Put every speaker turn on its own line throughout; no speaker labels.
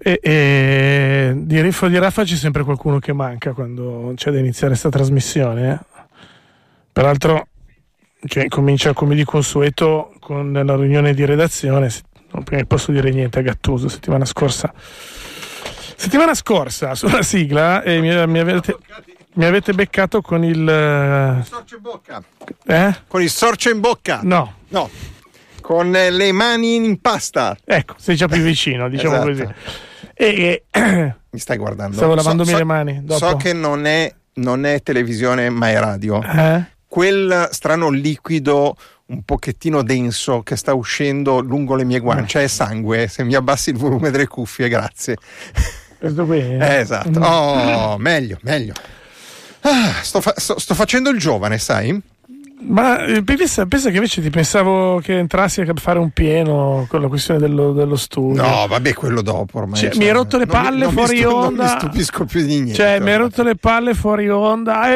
E, e di Riffo e di Raffa c'è sempre qualcuno che manca quando c'è da iniziare questa trasmissione. eh. Peraltro cioè, comincia come di consueto con la riunione di redazione. Se- Non prima- posso dire niente a Gattuso settimana scorsa. Settimana scorsa sulla sigla eh, mi, mi avete, mi avete beccato con il...
Sorcio in bocca.
Eh?
Con il sorcio in bocca.
No,
No. Con eh, le mani in pasta.
ecco, sei già più vicino, diciamo
Esatto.
così. E, e-
Mi stai guardando.
Stavo lavandomi le mani, dopo.
So che non è, non è televisione, ma è radio.
eh?
Quel strano liquido un pochettino denso che sta uscendo lungo le mie guance è sangue. Se mi abbassi il volume delle cuffie, grazie.
Questo qui?
Eh,
Mm.
esatto. Oh, meglio, meglio. Ah, sto, fa- sto- sto facendo il giovane, sai?
Ma eh, pensa, pensa che invece ti pensavo che entrassi a fare un pieno con la questione dello, dello studio.
No, vabbè, quello dopo ormai.
Cioè, mi hai rotto le
non mi-
palle
non mi
fuori
stu-
onda.
Non mi stupisco più di niente.
Cioè, mi hai rotto le palle fuori onda.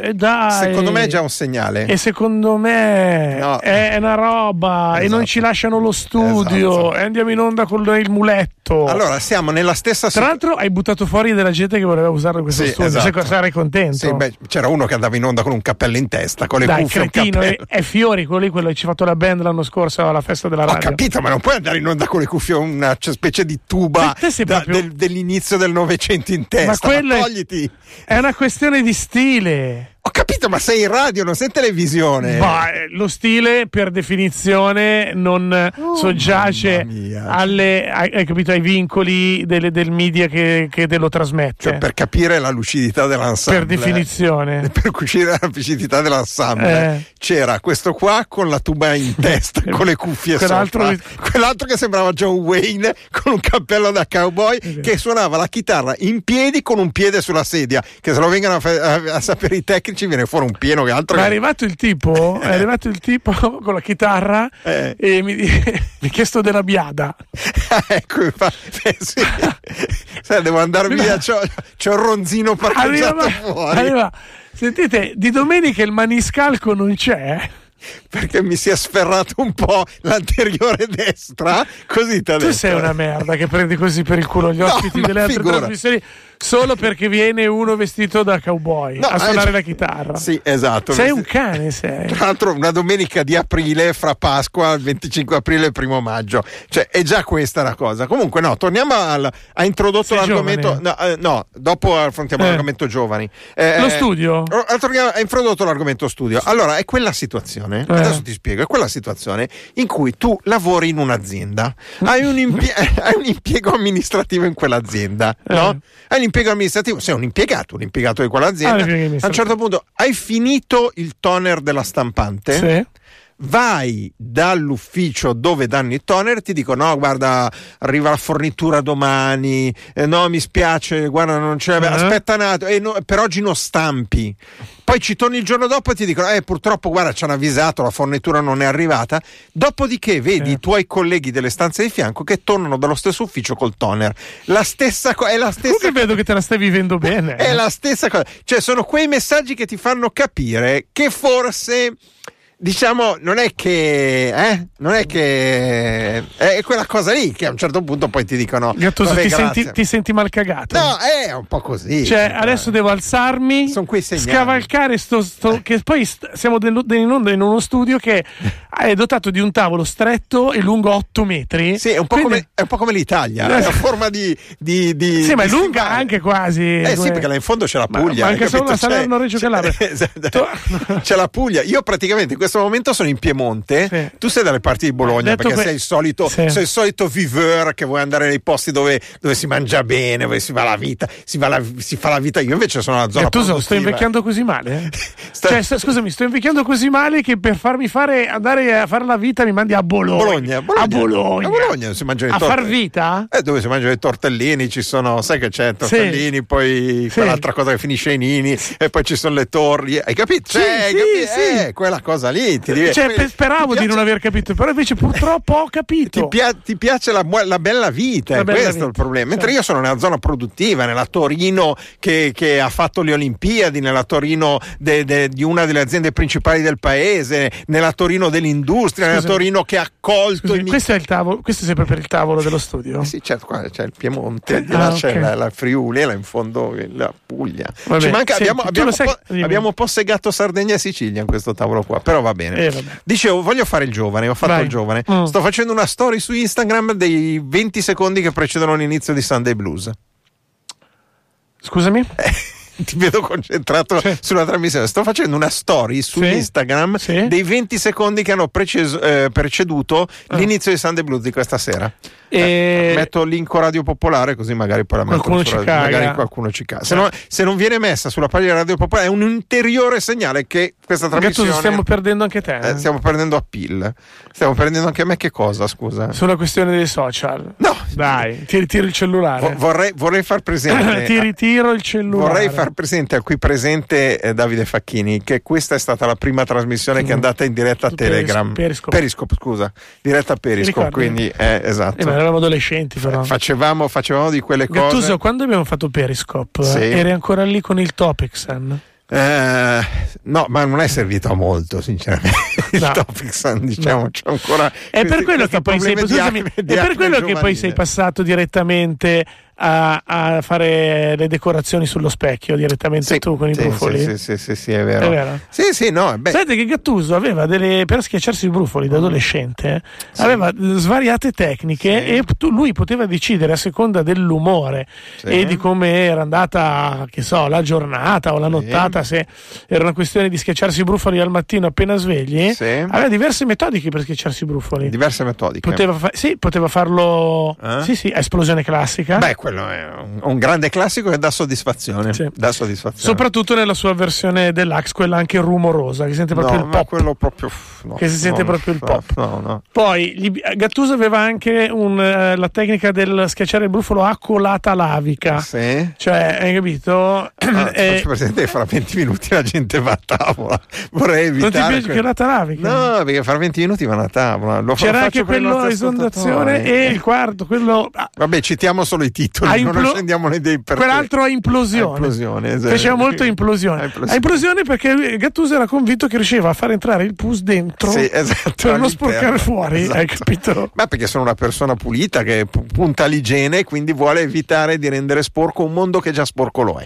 E dai.
Secondo me è già un segnale.
E secondo me
No.
è una roba. E non
Esatto.
ci lasciano lo studio.
Esatto.
E andiamo in onda con il muletto.
Allora, siamo nella stessa
Tra l'altro, hai buttato fuori della gente che voleva usare questo
Sì,
studio.
esatto.
Sai Sarai contento.
Sì, beh, c'era uno che andava in onda con un cappello in testa, con le
Dai,
cuffie. un
cretino, è,
cappello.
è Fiori, quello lì, quello che ci ha fatto la band l'anno scorso alla festa della
Ho
radio.
capito, ma non puoi andare in onda con le cuffie, una cioè, specie di
Ma
tuba
te sei
da-
proprio-
del- dell'inizio del Novecento in testa. Ma
quello è-
togliti.
È una questione di stile.
Ho capito, ma sei in radio, non sei in televisione. Cioè,
Ma, eh, lo stile, per definizione, non eh, soggiace
Oh. mamma mia.
alle- ai, hai capito, ai vincoli delle- del media che, che te lo trasmette.
Cioè, per capire la lucidità dell'ensemble.
Per definizione.
Per uscire dalla lucidità dell'ensemble
Eh.
c'era questo qua con la tuba in testa, con le cuffie
Quell'altro
sopra, quell'altro che sembrava John Wayne con un cappello da cowboy che suonava la chitarra in piedi con un piede sulla sedia, che se lo vengono a, fa- a- a sapere i tecnici viene fuori un pieno che altro.
Ma è
che-
arrivato il tipo, è arrivato il tipo con la chitarra
Eh.
e mi, di- mi ha chiesto della biada.
ecco, infatti, eh, sì. Sai, devo andare via, c'ho, c'ho il ronzino parcheggiato
Arriva,
fuori
arriva- sentite, di domenica il maniscalco non c'è. eh.
perché mi si è sferrato un po' l'anteriore destra, così t'ha
Tu
detto.
sei una merda che prendi così per il culo gli
No,
ospiti
ma
delle altre
figura.
trasmissioni solo perché viene uno vestito da cowboy
No,
a suonare
eh,
la chitarra.
Sì, esatto.
Sei un cane, sei.
Tra l'altro una domenica di aprile fra Pasqua, il 25 aprile e il primo maggio. Cioè, è già questa la cosa. Comunque no, torniamo al... Ha introdotto
Sei
l'argomento... No, eh, no, dopo affrontiamo
Eh.
l'argomento giovani. Eh,
Lo studio?
oh, ah, torniamo- Ha introdotto l'argomento studio. Allora, è quella situazione,
Eh.
adesso ti spiego, è quella situazione in cui tu lavori in un'azienda, hai un, impie- hai un impiego amministrativo in quell'azienda, no?
Eh.
Hai un impiego amministrativo, sei un impiegato, un impiegato di
Ah,
quell'azienda.
un impiego
a un certo punto hai finito il toner della stampante
Sì.
vai dall'ufficio dove danno i toner ti dico no guarda arriva la fornitura domani eh, no mi spiace guarda non c'è
Eh.
aspetta un attimo eh, no, per oggi non stampi poi ci torni il giorno dopo e ti dicono eh purtroppo guarda ci hanno avvisato la fornitura non è arrivata dopodiché vedi
Eh.
i tuoi colleghi delle stanze di fianco che tornano dallo stesso ufficio col toner la stessa cosa è la stessa
Comunque vedo che te la stai vivendo bene. eh.
è la stessa cosa. Cioè, sono quei messaggi che ti fanno capire che forse. Diciamo, non è che. eh, Non è che. È quella cosa lì che a un certo punto poi ti dicono.
Gattuso,
"Vabbè,
ti,
grazie".
senti, ti senti mal cagato.
No, eh. è un po' così.
Cioè, adesso devo alzarmi,
Sono quei segnali.
scavalcare sto,
Eh.
sto- che poi st- siamo dello- de- in onda in uno studio che è dotato di un tavolo stretto e lungo 8 metri.
Sì, è un po'
Quindi-
come, è un po' come l'Italia. È una forma di. di, di
Sì, ma è
di
lunga
stivale.
anche quasi.
Eh sì,
come-
perché là in fondo c'è la
Ma-
Puglia.
ma anche
hai capito?
solo la
C'è-
Salerno-Reggio
c'è-
Calabria.
esatto.
Tu-
C'è la Puglia. Io praticamente in questo momento sono in Piemonte.
Sì.
Tu sei dalle parti di Bologna
Detto
perché
que-
sei il solito,
Sì.
sei il solito viveur che vuoi andare nei posti dove, dove si mangia bene, dove si va la vita, si, va la- si fa la vita. Io invece sono una zona
Gattuso, sto
produttiva.
invecchiando così male?
Sta-
Cioè, sta- scusami, sto invecchiando così male che per farmi fare andare a fare la vita mi mandi a Bologna.
Bologna, Bologna.
Cioè, A Bologna.
A Bologna si mangiano i
A
torti.
far vita?
Eh, dove si mangiano i tortellini, ci sono, sai che c'è tortellini, poi
Sì.
quell'altra cosa che finisce in ini, e poi ci sono le torri, hai capito?
Sì,
Cioè, hai
sì,
capito?
sì.
Eh, quella cosa lì. lì. Ti devi-
Cioè,
Poi-
pe- speravo
ti
di non
piace-
aver capito, però invece purtroppo ho capito.
Ti, pia- ti piace la, bua- la bella vita,
La
è
bella
questo
vita,
il problema. Mentre
certo.
io sono nella zona produttiva, nella Torino che, che ha fatto le Olimpiadi, nella Torino de- de- di una delle aziende principali del paese, nella Torino dell'industria,
Scusa.
nella Torino che ha accolto
Scusi,
i
questo, è il tavolo, questo è sempre per il tavolo dello studio.
Eh Sì, certo, qua c'è il Piemonte, di
Ah,
là
ok.
c'è la, la Friuli, là in fondo la Puglia.
Vabbè,
Ci manca-
senti,
abbiamo,
tu
abbiamo
lo sai-
po-
dimmi.
abbiamo possegato Sardegna e Sicilia in questo tavolo qua, però va bene.
Eh, vabbè.
Dicevo, voglio fare il giovane, ho fatto
Vai.
il giovane.
Mm.
Sto facendo una story su Instagram dei 20 secondi che precedono l'inizio di Sunday Blues.
Scusami?
Eh, Ti vedo concentrato
Sì.
sulla trasmissione. Sto facendo una story su
Sì.
Instagram
Sì.
dei 20 secondi che hanno preceso- eh, preceduto
Ah.
l'inizio di Sunday Blues di questa sera.
E-
eh, Metto il link Radio Popolare così magari poi la metto
Eh, Qualcuno
sulla-
ci caga. Eh.
magari qualcuno ci caga. Se, no- se non viene messa sulla pagina Radio Popolare è un ulteriore segnale che questa
Gattuso,
trasmissione
stiamo perdendo anche te.
eh, stiamo perdendo appeal. Stiamo perdendo anche me che cosa, scusa?
Sulla questione dei social.
No.
Dai, ti ritiro il cellulare.
Vo- vorrei, vorrei far presente
ti ritiro il cellulare.
Vorrei far presente a qui presente eh, Davide Facchini che questa è stata la prima trasmissione che è andata in diretta a
Su
Telegram.
Periscope.
scusa, diretta a Periscope,
ricordi?
quindi eh, esatto.
Eh, ma eravamo adolescenti però.
facevamo, facevamo di quelle cose.
Gattuso, quando abbiamo fatto Periscope, eh,
Sì.
eri ancora lì con il Topexan?
Eh, no, ma non è servito a molto, sinceramente. Il
No.
topic Sun, diciamo,
No.
c'è ancora.
È per
questi-
quello, che
questi
poi, sei,
problemi di
scusami,
acne-
è
di
per
acne
quello che poi
giovanile.
sei passato direttamente a, a fare le decorazioni sullo specchio, direttamente
Sì,
tu con i
sì,
brufoli.
Sì, sì, sì, sì, sì, è vero.
È vero?
Sì, sì, no, beh,
Sapete che Gattuso aveva delle, per schiacciarsi i brufoli da adolescente,
Sì.
aveva svariate tecniche
Sì.
e tu- lui poteva decidere a seconda dell'umore
Sì.
e di come era andata, che so, la giornata o la nottata, se era una questione di schiacciarsi i brufoli al mattino appena svegli,
Sì.
aveva diverse metodiche per schiacciarsi i brufoli.
diverse metodiche.
Poteva, fa- sì, poteva farlo,
Eh?
sì, sì, a esplosione classica.
Beh, certo. quello è un, un grande classico che dà soddisfazione.
Sì.
Dà soddisfazione.
Soprattutto nella sua versione deluxe, quella anche rumorosa, che sente proprio
no,
il
ma
pop.
quello proprio. no,
Che si sente
no,
proprio il
no,
pop.
No, no.
Poi gli- eh, Gattuso aveva anche un, eh, la tecnica del schiacciare il brufolo a colata lavica.
Sì.
Cioè, hai capito?
Ah, ti
Ah. Eh,
faccio presente che fra 20 minuti la gente va a tavola. Vorrei
non ti
evitare.
piace
que-
colata lavica?
No, perché fra 20 minuti vanno a tavola. Lo fa-
C'era
lo
anche
faccio per i
quello a
nostri
esondazione
ascoltatori.
e il quarto, quello ah, a,
Vabbè, citiamo solo i titoli,
a
non
implo-
scendiamo nei dei perché.
quell'altro a implosione.
A implosione, esatto.
Faceva molto implosione.
A implosione.
A implosione perché lui- Gattuso era convinto che riusciva a far entrare il pus dentro
Sì, esatto,
per non
all'interno.
sporcare fuori, ecco. hai
Esatto.
capito?
Ma perché sono una persona pulita che pu- punta all'igiene e quindi vuole evitare di rendere sporco un mondo che già sporco lo è.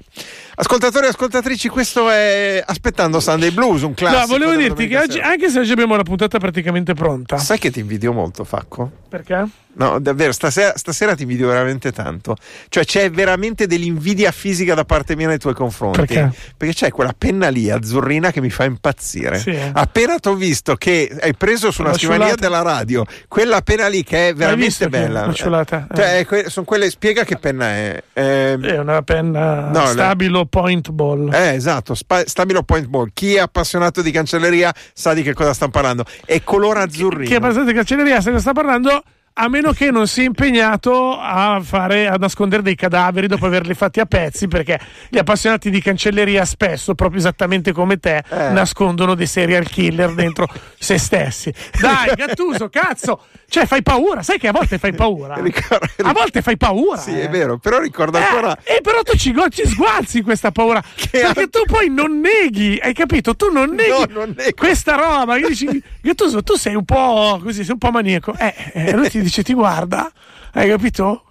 Ascoltatori e ascoltatrici, questo è Aspettando Sunday Blues, un classico.
No, volevo
della
dirti che
domenica
oggi,
sera.
anche se oggi abbiamo la puntata praticamente pronta,
Sai che ti invidio molto, Facco?
perché?
No, davvero, stasera, stasera ti invidio veramente tanto. Cioè, c'è veramente dell'invidia fisica da parte mia nei tuoi confronti.
Perché?
Perché c'è quella penna lì azzurrina che mi fa impazzire.
Sì, eh.
Appena ti ho visto che hai preso su una
L'ho
scrivania
sciolata.
della radio, quella penna lì che è
visto
veramente
che
bella.
l'ho sciolata?
Eh, Cioè, que- sono quelle. Spiega che penna è. Ehm,
È una penna
No, la-
stabilo point ball.
eh, esatto, spa- stabilo point ball. Chi è appassionato di cancelleria sa di che cosa stanno parlando. È color azzurrino.
Che è abbastanza cancelleria, se ne sta parlando. A meno che non sia impegnato a, fare, a nascondere dei cadaveri dopo averli fatti a pezzi, perché gli appassionati di cancelleria spesso, proprio esattamente come te,
Eh.
nascondono dei serial killer dentro se stessi. Dai, Gattuso, cazzo! Cioè, fai paura, sai che a volte fai paura.
Ricordo-
A volte fai paura.
Sì, è
eh.
vero, però ricordo ancora.
Eh, eh, però tu ci, go- ci sgualzi questa paura. perché tu poi non neghi, hai capito? Tu non neghi
No, non nego.
questa roba. Che dici, Gattuso, tu sei un po' così, sei un po' maniaco. Eh, eh, lui ti dice, ti guarda, hai capito?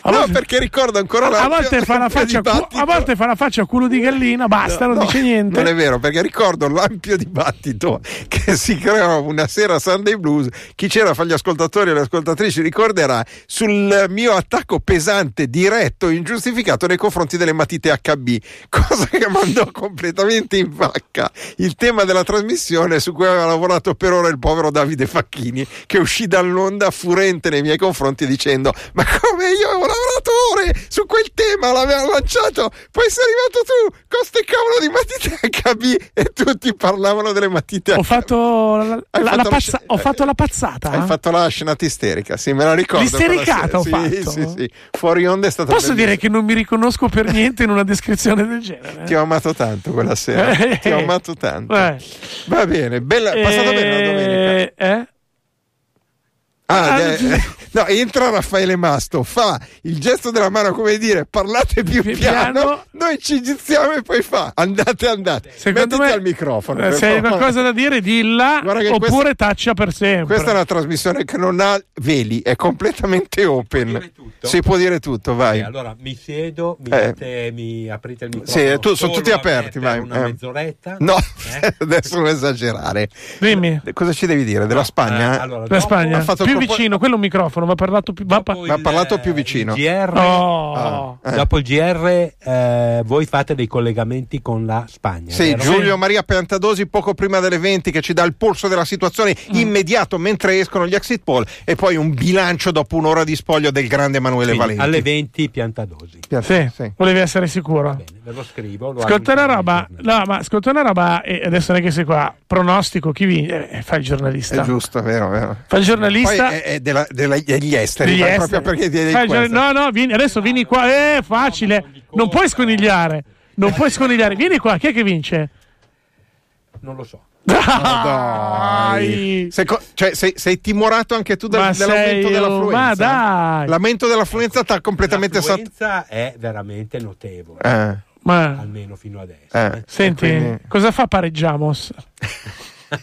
A
no,
volte-
perché ricordo ancora
a
l'ampio-
volte fa la
l'ampio
faccia, a cu-
dibattito.
a volte fa la faccia a culo di gallina, basta, non
No,
dice niente.
Non è vero, perché ricordo l'ampio dibattito che si creò una sera a Sunday Blues. Chi c'era fra gli ascoltatori e le ascoltatrici ricorderà sul mio attacco pesante, diretto e ingiustificato nei confronti delle matite HB, cosa che mandò completamente in vacca il tema della trasmissione su cui aveva lavorato per ora il povero Davide Facchini, che uscì dall'onda furente nei miei confronti dicendo: Ma come io bravo lavoratore, su quel tema l'avevano lanciato, poi sei arrivato tu con ste cavolo di matite HB e tutti parlavano delle matite
Ho fatto la, la-
Hai
la
fatto la
pazza-
sce-
ho fatto la pazzata. eh?
Hai fatto la scenata isterica, sì, me la ricordo.
L'istericata
quella
ho
sera.
fatto.
Sì, sì, sì. Fuori onda è stata
Posso dire
bellissima.
che non mi riconosco per niente in una descrizione del genere.
Ti ho amato tanto quella sera. Ti ho amato tanto.
Eh.
Va bene, bella,
Eh,
passata bene la domenica.
eh?
Ah,
Ah,
eh,
gi-
eh, no, entra Raffaele Masto, fa il gesto della mano come dire parlate più
Più
piano,
piano.
noi ci gizziamo e poi fa andate andate,
Secondo
mettiti
me,
al microfono.
eh,
per
se hai
favore.
qualcosa da dire, dilla
Guarda che
oppure
questa-
taccia per sempre.
Questa è una trasmissione che non ha veli, è completamente open.
dire tutto?
Si può dire tutto, vai.
Eh, allora mi siedo, mi,
Eh.
dite- mi aprite il
Sì,
microfono.
tu- sono
solo
tutti
a me
aperti,
per
vai.
Una
eh.
mezz'oretta.
No,
Eh?
adesso non esagerare.
Dimmi,
Cosa ci devi dire? Della Spagna?
Eh, allora,
la
dopo-
Spagna.
ha fatto
Più
propos-
vicino, quello è un microfono, va parlato più... Va pa-
dopo
Ma ha parlato più
il
vicino.
GR,
Oh.
Ah. Eh.
Dopo il GR eh, voi fate dei collegamenti con la Spagna.
Sì,
vero?
Giulio Maria Piantadosi poco prima delle 20 che ci dà il polso della situazione
Mm.
immediato mentre escono gli exit poll e poi un bilancio dopo un'ora di spoglio del grande Emanuele
Quindi,
Valenti.
alle 20 piantadosi.
Sì,
eh, Sì.
volevi essere sicuro.
Bene, ve lo scrivo. lo
Ascolta una
annuncio
roba,
nel giornale.
no, ma ascolta una roba, e adesso non è che sei qua, pronostico, chi vince? Eh, fa il
È
giornalista.
giusto, vero, vero.
Fa il
Poi eh,
giornalista.
è, è della- della- degli esteri,
degli
poi
esteri.
proprio perché ti
Fai il giornal- No, no, vieni, adesso vieni qua, è facile, non puoi sconigliare, non puoi sconigliare, vieni qua, chi è che vince?
Non lo so.
Dai.
Sei, co- cioè, sei, sei timorato anche tu dal-
Ma
dall'aumento
sei-
dell'affluenza?
ma dai.
L'aumento dell'affluenza ti ha completamente sat-
L'affluenza è veramente notevole,
Eh,
Ma
almeno fino adesso.
eh.
senti,
E quindi-
cosa fa pareggiamos?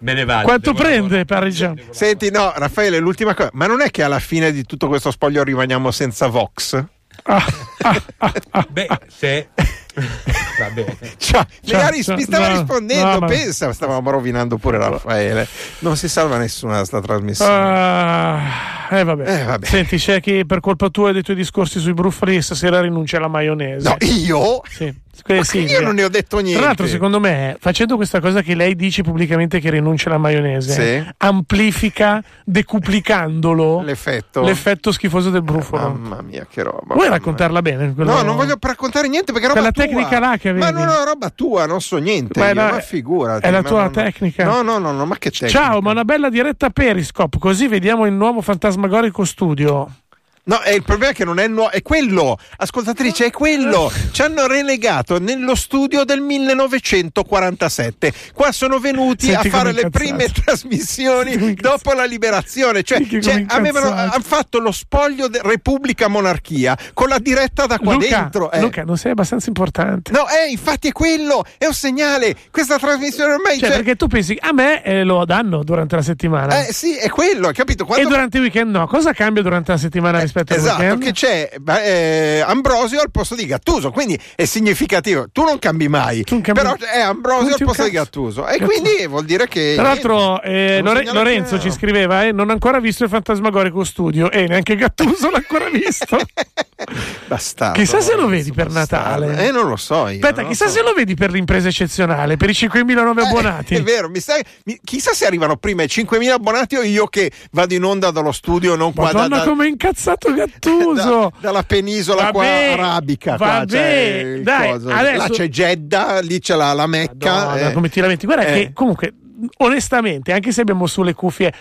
Me ne vado.
Quanto
devo
prende
lavorare.
pareggiamos?
Senti, no, Raffaele, l'ultima cosa, ma non è che alla fine di tutto questo spoglio rimaniamo senza Vox? Cioè,
Ah, ah, ah, ah.
Beh, se... Va bene.
Cioè,
Cioè,
magari
cioè,
mi stava
no,
rispondendo,
no, ma-
pensa, stavamo rovinando pure Raffaele. Non si salva nessuna sta trasmissione.
Ah, eh, vabbè.
Eh, vabbè.
Senti, c'è chi per colpa tua e dei tuoi discorsi sui brufoli stasera rinuncia alla maionese.
no, io?
Sì.
Ma
Que- sì,
io
sì.
non ne ho detto niente.
Tra l'altro, secondo me, facendo questa cosa che lei dice pubblicamente che rinuncia alla maionese,
Sì.
amplifica decuplicandolo
L'effetto.
l'effetto schifoso del brufolo.
Mamma mia, che roba.
Vuoi
mamma
raccontarla bene?
mia. No, non voglio raccontare niente perché è roba
Quella
tua.
tecnica là che
Ma
avevi.
non è roba tua, non so niente.
Beh,
io,
no,
ma
è-
figurati.
è la
ma
tua
non-
tecnica.
No, no, no, no, ma che tecnica.
Ciao, ma una bella diretta Periscope, così vediamo il nuovo fantasmagorico studio.
No, è il problema è che non è nuovo, è quello, ascoltatrice, è quello. Ci hanno relegato nello studio del 1947. Qua sono venuti
Senti
a fare
come
le
incazzato.
prime
Senti
trasmissioni
come incazzato.
dopo la liberazione, cioè,
Senti
cioè,
come
avevano
incazzato.
hanno fatto lo spoglio de- Repubblica Monarchia con la diretta da qua
Luca,
dentro. eh.
Luca, non sei abbastanza importante.
No, eh, infatti è quello, è un segnale. Questa trasmissione ormai
Cioè,
cioè,
perché tu pensi a me eh, lo danno durante la settimana
eh, sì, è quello, hai capito?
e
Quando
durante il weekend no. Cosa cambia durante la settimana rispetto al
Esatto,
weekend?
che c'è eh, Ambrosio al posto di Gattuso, quindi è significativo. Tu non cambi mai,
Tu non cambi-
però è Ambrosio
Non
al
ti
posto di
incazzo.
Gattuso, e
Gattuso.
quindi vuol dire che.
Tra l'altro, eh,
È un
Lore-
segnale
Lorenzo
chiaro.
ci scriveva: eh, Non ho ancora visto il Fantasmagorico Studio, e neanche Gattuso l'ha ancora visto.
Eh, Bastardo.
Chissà se lo
Lorenzo,
vedi per
bastardo.
Natale.
Eh, non lo so. Io,
Aspetta,
non
chissà
so.
se lo vedi per l'impresa eccezionale, per i 5.000 nuovi abbonati.
Eh, è vero, mi sa- mi- chissà se arrivano prima i 5.000 abbonati o io che vado in onda dallo studio, non qua da-
Madonna,
da-
come è incazzato Gattuso!
da- dalla penisola qua
Vabbè,
arabica. qua
vabbè,
c'è il
dai,
coso.
adesso-
Là c'è Jeddah, lì c'è la, la Mecca.
Madonna,
eh.
come ti lamenti? Guarda
Eh.
che comunque, onestamente, anche se abbiamo sulle cuffie,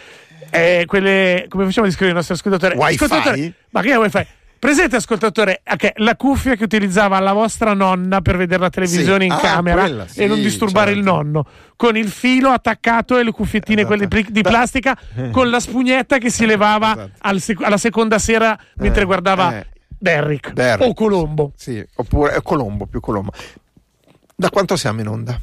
eh, quelle, come facciamo a descrivere il nostro ascoltatore?
Wi-Fi?
Ascoltatore- ma che è wifi? Presente ascoltatore, ok, la cuffia che utilizzava la vostra nonna per vedere la televisione in
Ah,
camera
quella, sì,
e non disturbare
certo.
il nonno, con il filo attaccato e le cuffiettine
Esatto.
quelle pri- di
Da-
plastica, con la spugnetta che si levava
Esatto.
al sec- alla seconda sera mentre
Eh,
guardava
eh.
Derrick,
Derrick,
o Colombo,
Sì, oppure eh, Colombo, più Colombo. Da quanto siamo in onda?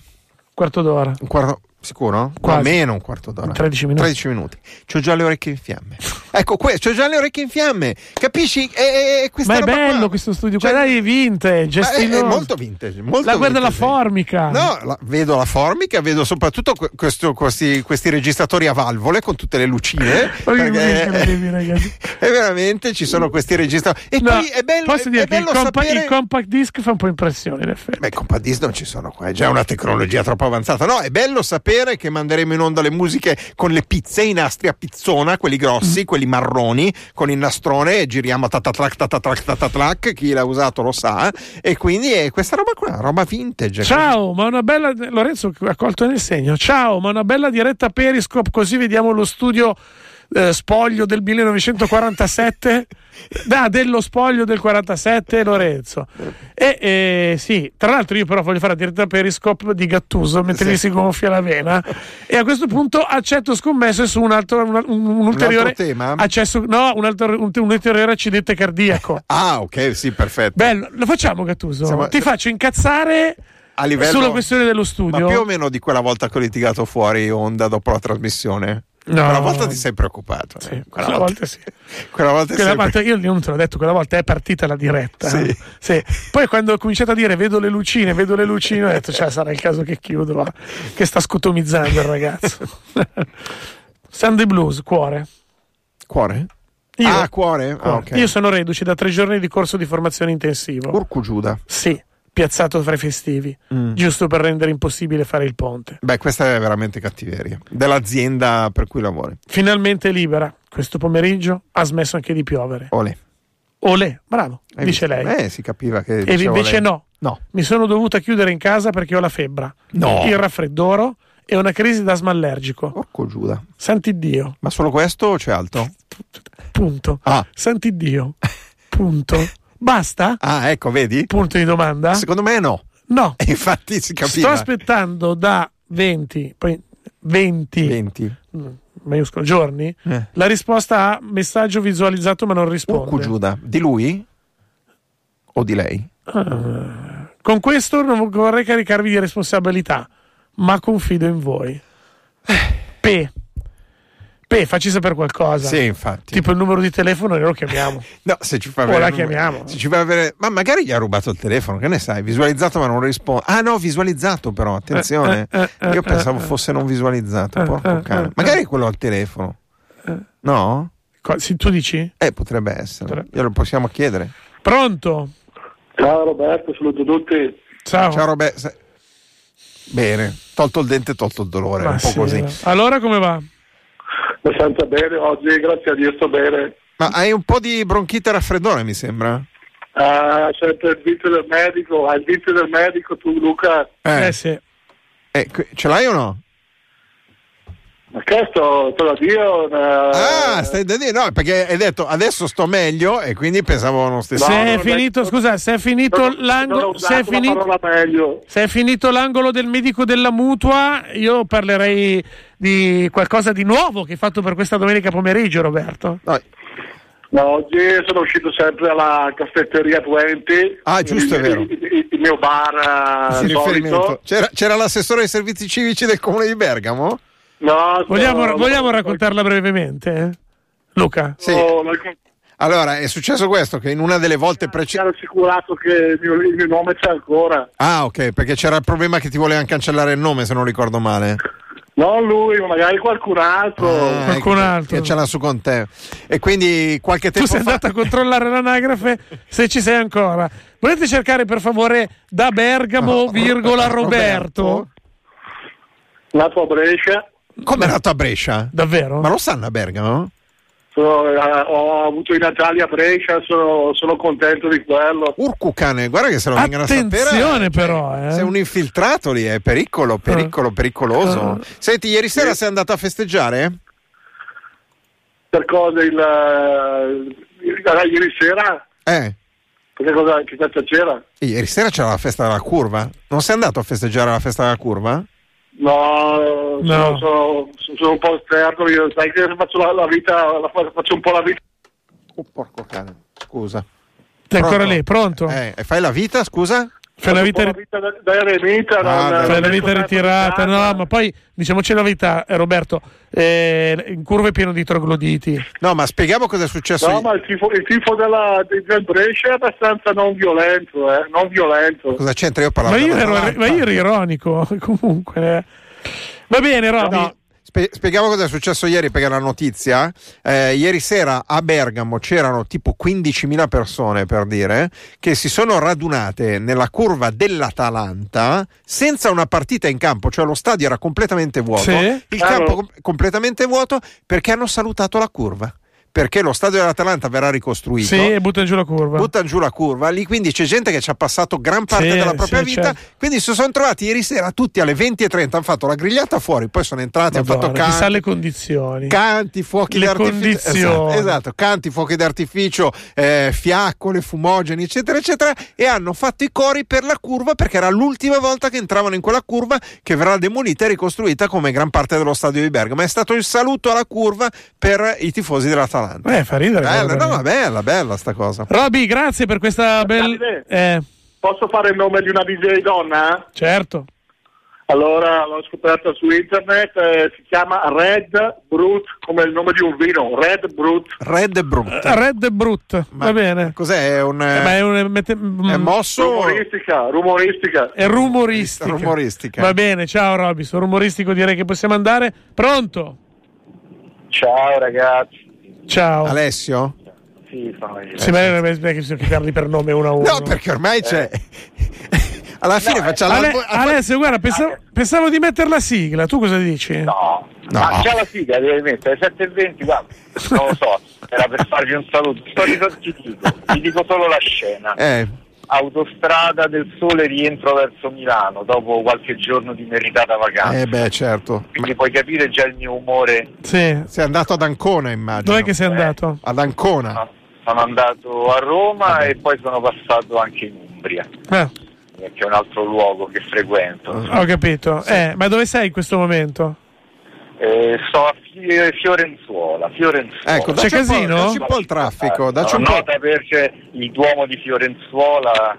quarto d'ora.
Un quarto sicuro?
Quasi.
No, meno un quarto d'ora.
13 minuti.
13 minuti. C'ho già le orecchie in fiamme. ecco, questo, c'ho già le orecchie in fiamme. Capisci? È, è- è questa
Ma è
roba qua.
bello questo studio,
Cioè,
qua dai, è vintage, è
ma è, è
stiloso.
molto vintage. molto
La guerda alla
vintage.
formica.
No, la- vedo la formica, vedo soprattutto que- questo- questi, questi registratori a valvole con tutte le lucine.
Ma che
perché-
incredibile, ragazzi.
e veramente ci sono questi registratori. E
No,
poi è bello,
posso
è-
dire
è bello
che il, compa-
sapere...
il compact disc fa un po' impressione, in effetti.
Beh, compa disc non ci sono qua, è già una tecnologia troppo avanzata. No, è bello sapere che manderemo in onda le musiche con le pizze, i nastri a pizzona, quelli
Mm.
grossi, quelli marroni, con il nastrone e giriamo tatatrac, tatatrac, tatatrac, chi l'ha usato lo sa. E quindi è questa roba qua, roba vintage.
Ciao, ma una bella. Lorenzo ha colto nel segno. Ciao, ma una bella diretta Periscope, così vediamo lo studio eh, spoglio del 1947. da, dello spoglio del 47, Lorenzo. E eh, sì, tra l'altro, io però voglio fare la diretta Periscope di Gattuso mentre
Sì.
gli si gonfia la vena. e a questo punto accetto scommesse su un altro, un, un- un ulteriore.
altro tema?
accesso- no, un, altro- un- un ulteriore accidente cardiaco.
Ah, ok, sì, perfetto.
Bello, lo facciamo Gattuso.
Siamo-
Ti faccio incazzare
A livello-
sulla questione dello
Ma
studio.
più o meno di quella volta che ho litigato fuori onda dopo la trasmissione?
No.
Quella volta ti sei preoccupato. eh?
Sì, quella volta sì.
Quella volta ti
Quella
sei
volta- io non te l'ho detto, quella volta è partita la diretta.
Sì.
no? Sì. Poi quando ho cominciato a dire vedo le lucine, vedo le lucine, ho detto cioè, sarà il caso che chiudo, va, che sta scotomizzando il ragazzo. Sunday Blues, cuore.
Cuore?
Io,
Ah, cuore? Ah,
cuore.
ok.
Io sono reduce da tre giorni di corso di formazione intensivo.
Urcu Giuda.
sì, piazzato fra i festivi,
Mm.
giusto per rendere impossibile fare il ponte.
Beh, questa è veramente cattiveria. Dell'azienda per cui lavori.
Finalmente libera. Questo pomeriggio ha smesso anche di piovere.
Ole.
Olè, bravo,
Hai
dice
visto?
lei.
Eh, si capiva che.
E
diceva
invece
lei.
no.
No.
Mi sono dovuta chiudere in casa perché ho la febbra,
No.
il raffreddoro e una crisi d'asma allergico.
Urcu Giuda.
Santiddio.
Ma solo questo o c'è altro?
Punto.
Ah.
Santiddio. Punto. Basta?
Ah, ecco, vedi?
Punto di domanda?
Secondo me no.
No.
E infatti si
Ah. Sto
Eh, capiva.
aspettando da 20, poi 20,
20.
mm, maiuscolo, giorni
Eh.
la risposta a messaggio visualizzato ma non
Urcu
risponde.
Giuda. Di lui? O di lei?
Con questo non vorrei caricarvi di responsabilità, ma confido in voi.
Eh.
P. P, facci sapere qualcosa.
Sì, infatti.
Esatto. Tipo il numero di telefono e lo chiamiamo.
No, se ci fa
O
avere
la
il numero-
chiamiamo.
se ci fa avere- ma magari gli ha rubato il telefono, che ne sai? Visualizzato ma non risponde. Ah no, visualizzato però, attenzione.
Eh, eh, eh, eh,
Io pensavo
eh,
fosse non visualizzato,
eh,
porco
eh,
cane.
eh,
Magari è quello al telefono. No?
Co- sì, tu dici?
Eh, potrebbe essere.
Potrebbe-
Glielo possiamo chiedere.
Prodotto?
Ciao Roberto, sono Dudotti.
Ciao.
Ciao Roberto. se- Bene, tolto il dente, tolto il dolore,
Ma
un po'
sì, eh.
così.
no. Allora come va?
Abbastanza bene oggi, grazie a Dio sto bene.
Ma hai un po' di bronchite e raffreddore, mi sembra.
Ah, sempre il dito del medico, al dito del medico tu Luca.
Eh,
Eh,
sì.
eh, que- ce l'hai o no?
Ma che sto, te lo dio. Eh,
Ah,
Eh.
stai da dire no, perché hai detto adesso sto meglio e quindi pensavo non stessi.
No,
se è
non ho
finito,
detto-
scusa, se è finito l'angolo... Se è finito...
parola meglio.
Se è finito l'angolo del medico della mutua, io parlerei di qualcosa di nuovo che hai fatto per questa domenica pomeriggio, Roberto.
No,
No, oggi sono uscito sempre alla caffetteria 20.
Ah, giusto, è vero.
Il, il- il mio bar
Sì,
eh,
riferimento.
solito.
C'era, c'era l'assessore ai servizi civici del comune di Bergamo?
No, sto-
Vogliamo, vogliamo raccontarla brevemente? eh? Luca?
Sì.
Oh, racco-
Allora, è successo questo che in una delle volte
Ci
precedenti.
hanno assicurato che il mio, il mio nome c'è ancora.
Ah, ok, perché c'era il problema che ti volevano cancellare il nome, se non ricordo male.
Non lui, ma magari qualcun altro.
Ah,
Qualcun
ecco,
altro.
Che ce l'ha su con te. E quindi qualche
Tu
tempo
sei
fa.
andato a controllare l'anagrafe se ci sei ancora. Volete cercare per favore da Bergamo,
No.
virgola Roberto?
Roberto?
Nato a Brescia,
Come è nato a Brescia?
Davvero?
Ma lo sanno a Bergamo?
sono- eh, ho avuto i Natali a Brescia, sono, sono contento di quello.
Urcucane, guarda che se lo vengono a sapere.
Attenzione però, eh.
Sei un infiltrato lì, è pericolo, pericolo, pericoloso.
Eh.
Senti, ieri sera sei andato a festeggiare?
Per cosa il... eh, il- ah, ieri sera,
Eh.
perché cosa, che cosa c'era?
Ieri sera c'era la festa della curva. Non sei andato a festeggiare la festa della curva?
No,
No.
Sono, sono- sono un po' esterno, io sai che faccio la, la vita, la fa- faccio un po' la vita.
Oh, porco cane. Scusa.
Sei ancora
Pronto?
lì, pronto?
Eh, e fai la vita, scusa?
Fai la vita,
un po' la vita da, da eremita.
Ah,
fai
dai.
non- non
la
esco
vita
mai
ritirata,
fuori
no,
casa.
ma poi diciamoci la verità, eh, Roberto, eh, in curva è pieno di trogloditi.
No, ma spieghiamo cosa è successo.
No,
i-
ma il tifo, il tifo della, di- del Brescia è abbastanza non violento, eh, non violento.
Cosa c'entra? Io parlavo
Ma io,
della
ero,
Atalanta.
ma io ero ironico, comunque. Va bene, Roby.
No, Spe- spieghiamo cosa è successo ieri perché è la notizia. Eh, ieri sera a Bergamo c'erano tipo 15.000 persone per dire che si sono radunate nella curva dell'Atalanta senza una partita in campo, cioè lo stadio era completamente vuoto,
Sì.
il
Ah,
campo
no.
com- completamente vuoto perché hanno salutato la curva. Perché lo stadio dell'Atalanta verrà ricostruito
Sì, e butta giù la curva.
buttano giù la curva lì quindi c'è gente che ci ha passato gran parte
Sì,
della propria
sì,
vita
certo.
quindi si sono trovati ieri sera tutti alle 20.30 hanno fatto la grigliata fuori poi sono entrati hanno
Madonna,
fatto
chissà
canti,
le condizioni.
canti fuochi
le
d'artificio esatto,
condizioni.
esatto, canti fuochi d'artificio eh, fiaccole fumogeni eccetera eccetera e hanno fatto i cori per la curva perché era l'ultima volta che entravano in quella curva che verrà demolita e ricostruita come gran parte dello stadio di Bergamo è stato il saluto alla curva per i tifosi dell'Atalanta
Eh, fa ridere.
bella,
guarda.
no, ma bella bella sta cosa
Roby, grazie per questa bella...
Davide.
Eh,
Posso fare il nome di una DJ donna?
certo.
Allora l'ho scoperta su internet, eh, si chiama Red Brut, come il nome di un vino, Red Brut.
Red e brutta
Red e Brut,
Certo. Ma
Eh, va bene.
Cos'è? È un,
Eh, ma è un... mette- mm,
è mosso?
Rumoristica, rumoristica.
Eh.
È rumoristica.
Rumoristica.
Va bene, ciao Roby, sono rumoristico, direi che possiamo andare. Pronto?
Ciao ragazzi.
Ciao.
Alessio?
Sì, sono io.
Sì, ma non mi spiega che bisogna chiamarli per nome uno a uno.
No, perché ormai c'è. Alla fine
No,
facciamo.
Ale-
l'albo-
Alessio, guarda, pensavo, pensavo di mettere la sigla, tu cosa dici?
No,
No.
ma c'è la sigla, devi mettere 7.20, guarda, non lo so, era per farvi un saluto, sto risorgito, vi dico solo la scena.
Eh,
Autostrada del Sole rientro verso Milano dopo qualche giorno di meritata vacanza.
eh beh, certo. Ma
Quindi puoi capire già il mio umore.
Sì.
sei andato ad Ancona, immagino.
Dov'è che sei andato?
Ad Ancona.
no? Sono andato a Roma e poi sono passato anche in Umbria,
Ah,
che è un altro luogo che
Ah.
frequento.
ho capito. Eh, ma dove sei in questo momento?
Eh, sto a Fi- Fiorenzuola. Fiorenzuola.
Ecco,
C'è
dacci un, po',
casino?
dacci un po' il
Eh,
traffico. Dacci un po'.
nota perché il Duomo di Fiorenzuola,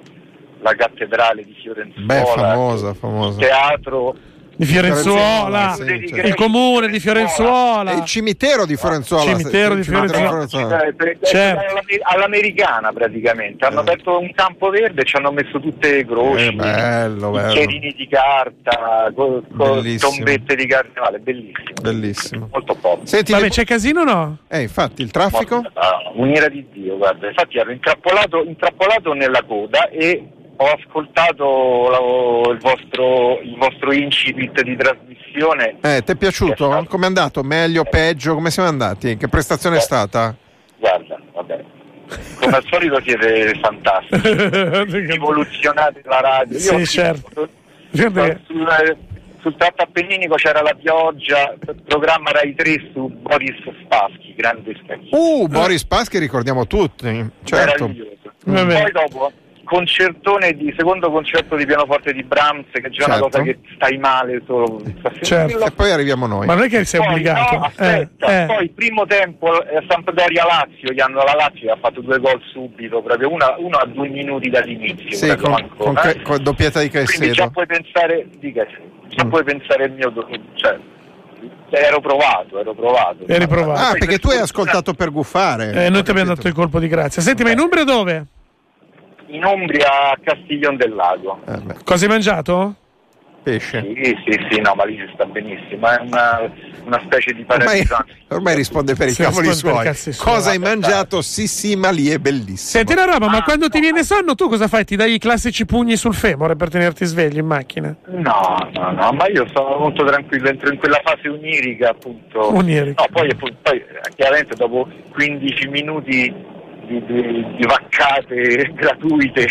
la cattedrale di Fiorenzuola,
Beh, famosa, famosa.
il teatro
Di Fiorenzuola,
Fiorenzuola, sì,
Dei
certo.
Greci,
il comune di Fiorenzuola.
E il cimitero di Fiorenzuola.
Cimitero di Fiorenzuola.
eh, per-
Certo.
all'amer- all'americana praticamente hanno
Eh.
aperto un campo verde ci hanno messo tutte le croci
Eh, bello, bello.
bicchierini di carta co- co-
Bellissimo.
tombette di carnevale bellissimo
Bellissimo.
molto pop
Senti,
Vabbè,
le-
c'è casino o no?
eh, infatti, il traffico?
Ah, un'ira di Dio, guarda. Infatti ero intrappolato, intrappolato nella coda e ho ascoltato la- il, vostro, il vostro incipit di trasmissione.
Eh, ti è
Che
piaciuto?
stato-
Come è andato? Meglio, peggio? Come siamo andati? Che prestazione è stata?
Guarda, vabbè. Come al solito siete fantastici. Rivoluzionate la radio.
Sì,
ho-
certo.
Sul,
Guarda che-
sul- sul tratto appenninico c'era la pioggia, programma Rai 3 su Boris Spaschi, grande specchio.
Eh.
Uh, Boris Paschi ricordiamo tutti, certo.
meraviglioso.
Vabbè.
Poi dopo concertone di secondo concerto di pianoforte di Brahms che è già una
Certo.
cosa che stai male solo a sentirlo.
Certo.
E poi arriviamo noi.
Ma non è che sei
Poi,
obbligato.
no, aspetta,
Eh, eh.
poi primo tempo eh, Sampdoria-Lazio, gli hanno la Lazio che ha fatto due gol subito, proprio una- uno a due minuti dall'inizio.
Sì,
proprio eh.
con-
ancora.
eh.
con che- con doppietta di Caicedo.
Quindi già puoi pensare, di Caicedo, già
Mm.
puoi pensare il mio... do- Cioè, ero provato, ero provato.
Eri provato.
Ah, perché tu hai ascoltato per guffare.
Eh, noi ti abbiamo
Ho
dato il colpo di grazia. Senti, ma in Umbria dove?
In Umbria a Castiglion del Lago.
capito. Eh, beh,
Cosa hai mangiato?
pesce.
Sì, sì, sì, no, ma lì si sta benissimo, è una, una specie di
Ormai,
paradiso. anzi,
ormai risponde per i
esatto. Sì,
cavoli
risponde per
suoi.
cazzi suoi.
Cosa hai mangiato? Sì, sì, ma lì è bellissimo.
Senti la
Ah,
roba, ma quando ti viene sonno tu cosa fai? Ti dai i classici pugni sul femore per tenerti sveglio in macchina?
No, no, no, ma io sono molto tranquillo, entro in quella fase onirica appunto.
Onirica.
No, poi, appunto, poi, eh, chiaramente dopo 15 minuti di, di- di vaccate gratuite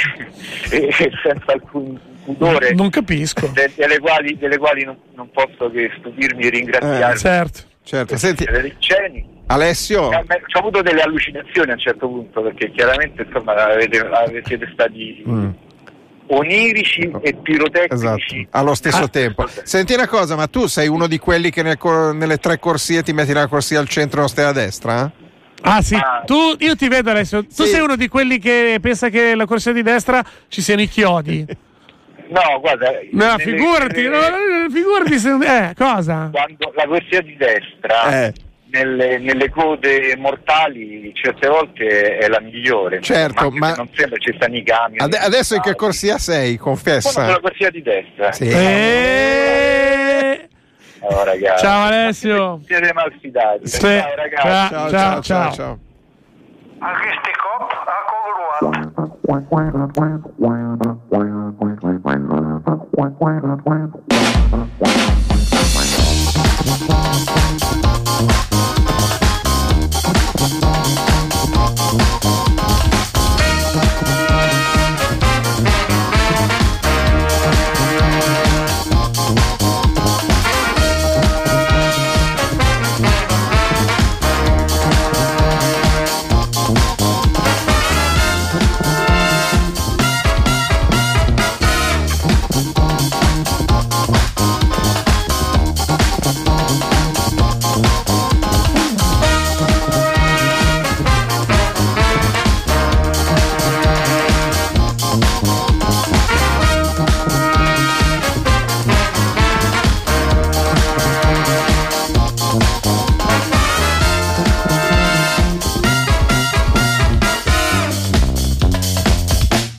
e, e senza alcun pudore,
Non
Certo.
capisco.
de- delle quali, delle quali non, non posso che stupirmi e ringraziarmi.
Certo.
Eh, Certo, senti,
Delle Ceni.
Alessio,
Eh, Ho avuto delle allucinazioni a un certo punto perché chiaramente insomma avete, avete- siete stati
Mm.
onirici e
esatto,
pirotecnici.
allo
Ah.
stesso tempo. Senti una cosa, ma tu sei uno di quelli che nel cor- nelle tre corsie ti metti nella corsia al centro e non stai a destra? eh?
Ah sì,
Ah.
tu, io ti vedo adesso. Tu
Sì.
sei uno di quelli che pensa che la corsia di destra ci siano i chiodi.
No, guarda.
No,
nelle-
figurati, no,
nelle-
no, figurati se... Eh, cosa?
Quando la corsia di destra
Ah,
Eh.
nelle, nelle code mortali certe volte è la migliore.
Certo,
anche
ma-
se non sempre ci stanno i camion.
Ade- adesso in
Ah,
che
corsia
corsia sei?
Sono
Confessa. Eh.
sulla corsia di destra.
Sì.
Eh,
Oh, ragazzi.
Ciao Alessio.
Siete malfidati.
Sì.
Ciao ragazzi.
Ah, Ciao.
Ciao, ciao, ciao, ciao.
Aceste cop a congruat.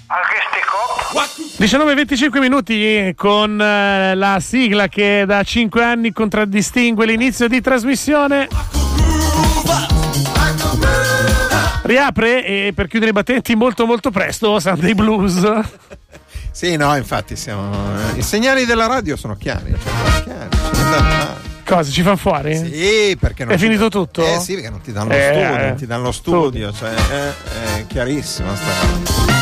Aceste cop
19-25 minuti con eh, la sigla che da 5 anni contraddistingue l'inizio di trasmissione. Riapre e per chiudere i battenti molto molto presto Sunday Blues.
Sì, no, infatti siamo. eh, I segnali della radio sono chiari. Cioè, sono chiari, ce ne danno tanti.
Cosa ci fanno fuori?
Sì, perché non
È
ti
finito
dan-
tutto?
Eh sì, perché non ti danno lo
Eh,
studio,
eh.
non ti danno lo studio, cioè eh, è chiarissimo sta cosa.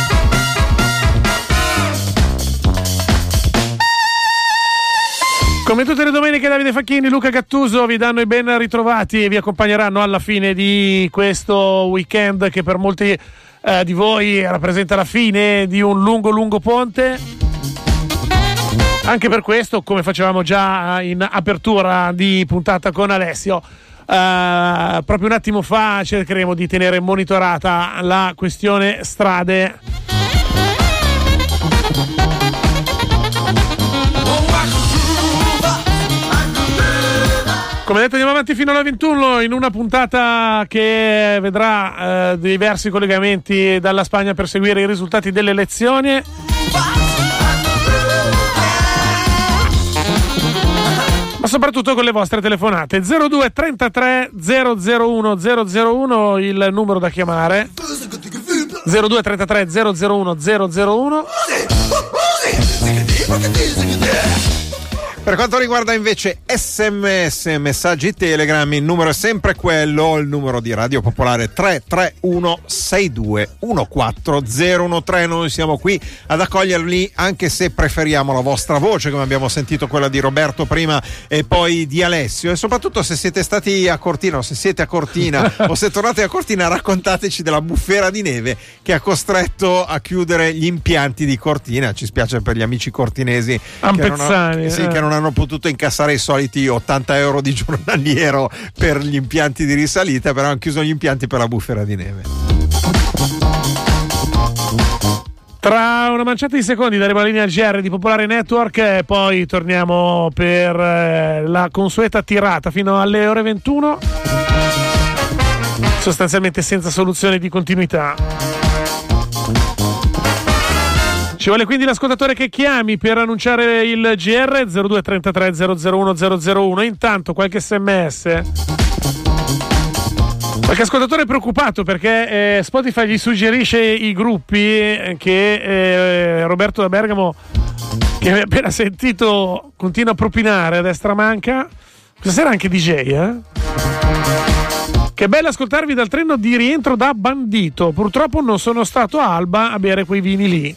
Come tutte le domeniche Davide Facchini, Luca Gattuso vi danno i ben ritrovati e vi accompagneranno alla fine di questo weekend che per molti eh, di voi rappresenta la fine di un lungo lungo ponte. Anche per questo, come facevamo già eh, in apertura di puntata con Alessio, eh, proprio un attimo fa cercheremo di tenere monitorata la questione strade. Come detto andiamo avanti fino alla 21 in una puntata che vedrà eh, diversi collegamenti dalla Spagna per seguire i risultati delle elezioni. Ma soprattutto con le vostre telefonate 02 33 001 001 il numero da chiamare 02 33 001 001
Per quanto riguarda invece sms, messaggi telegram, il numero è sempre quello, il numero di Radio Popolare 331-62-14013. Noi siamo qui ad accoglierli anche se preferiamo la vostra voce, come abbiamo sentito quella di Roberto prima e poi di Alessio. E soprattutto se siete stati a Cortina o se siete a Cortina o se tornate a Cortina raccontateci della bufera di neve che ha costretto a chiudere gli impianti di Cortina. Ci spiace per gli amici cortinesi che non,
Ampezzani,
ha- sì,
eh.
che non hanno potuto incassare i soliti 80 euro di giornaliero per gli impianti di risalita, però hanno chiuso gli impianti per la bufera di neve.
Tra una manciata di secondi daremo la linea al GR di Popolare Network e poi torniamo per eh, la consueta tirata fino alle ore 21. Sostanzialmente senza soluzione di continuità. Ci vuole quindi l'ascoltatore che chiami per annunciare il GR 0233 001 001. Intanto qualche sms. Qualche ascoltatore è preoccupato perché eh, Spotify gli suggerisce i gruppi eh, che eh, Roberto da Bergamo, che abbiamo appena sentito, continua a propinare a destra manca. Questa sera anche DJ, eh? Che bello ascoltarvi dal treno di rientro da bandito. Purtroppo non sono stato a Alba a bere quei vini lì.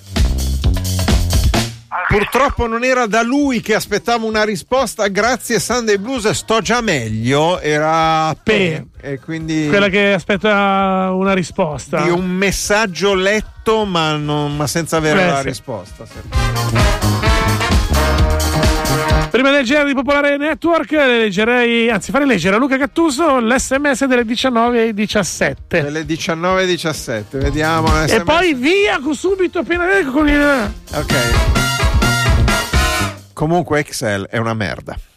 Purtroppo non era da lui che aspettavo una risposta. Grazie Sunday Blues, sto già meglio. Era Pe. E quindi
Quella che aspetta una risposta.
di un messaggio letto, ma, non- ma senza avere
Beh,
la
sì.
risposta. sì.
Prima del giro di Popolare Network leggerei, anzi farei leggere a Luca Cattuso l'SMS delle 19 e 17.
Delle 19.17, vediamo. un
E
SMS.
poi via con- subito appena con il...
Ok. Comunque Excel è una merda.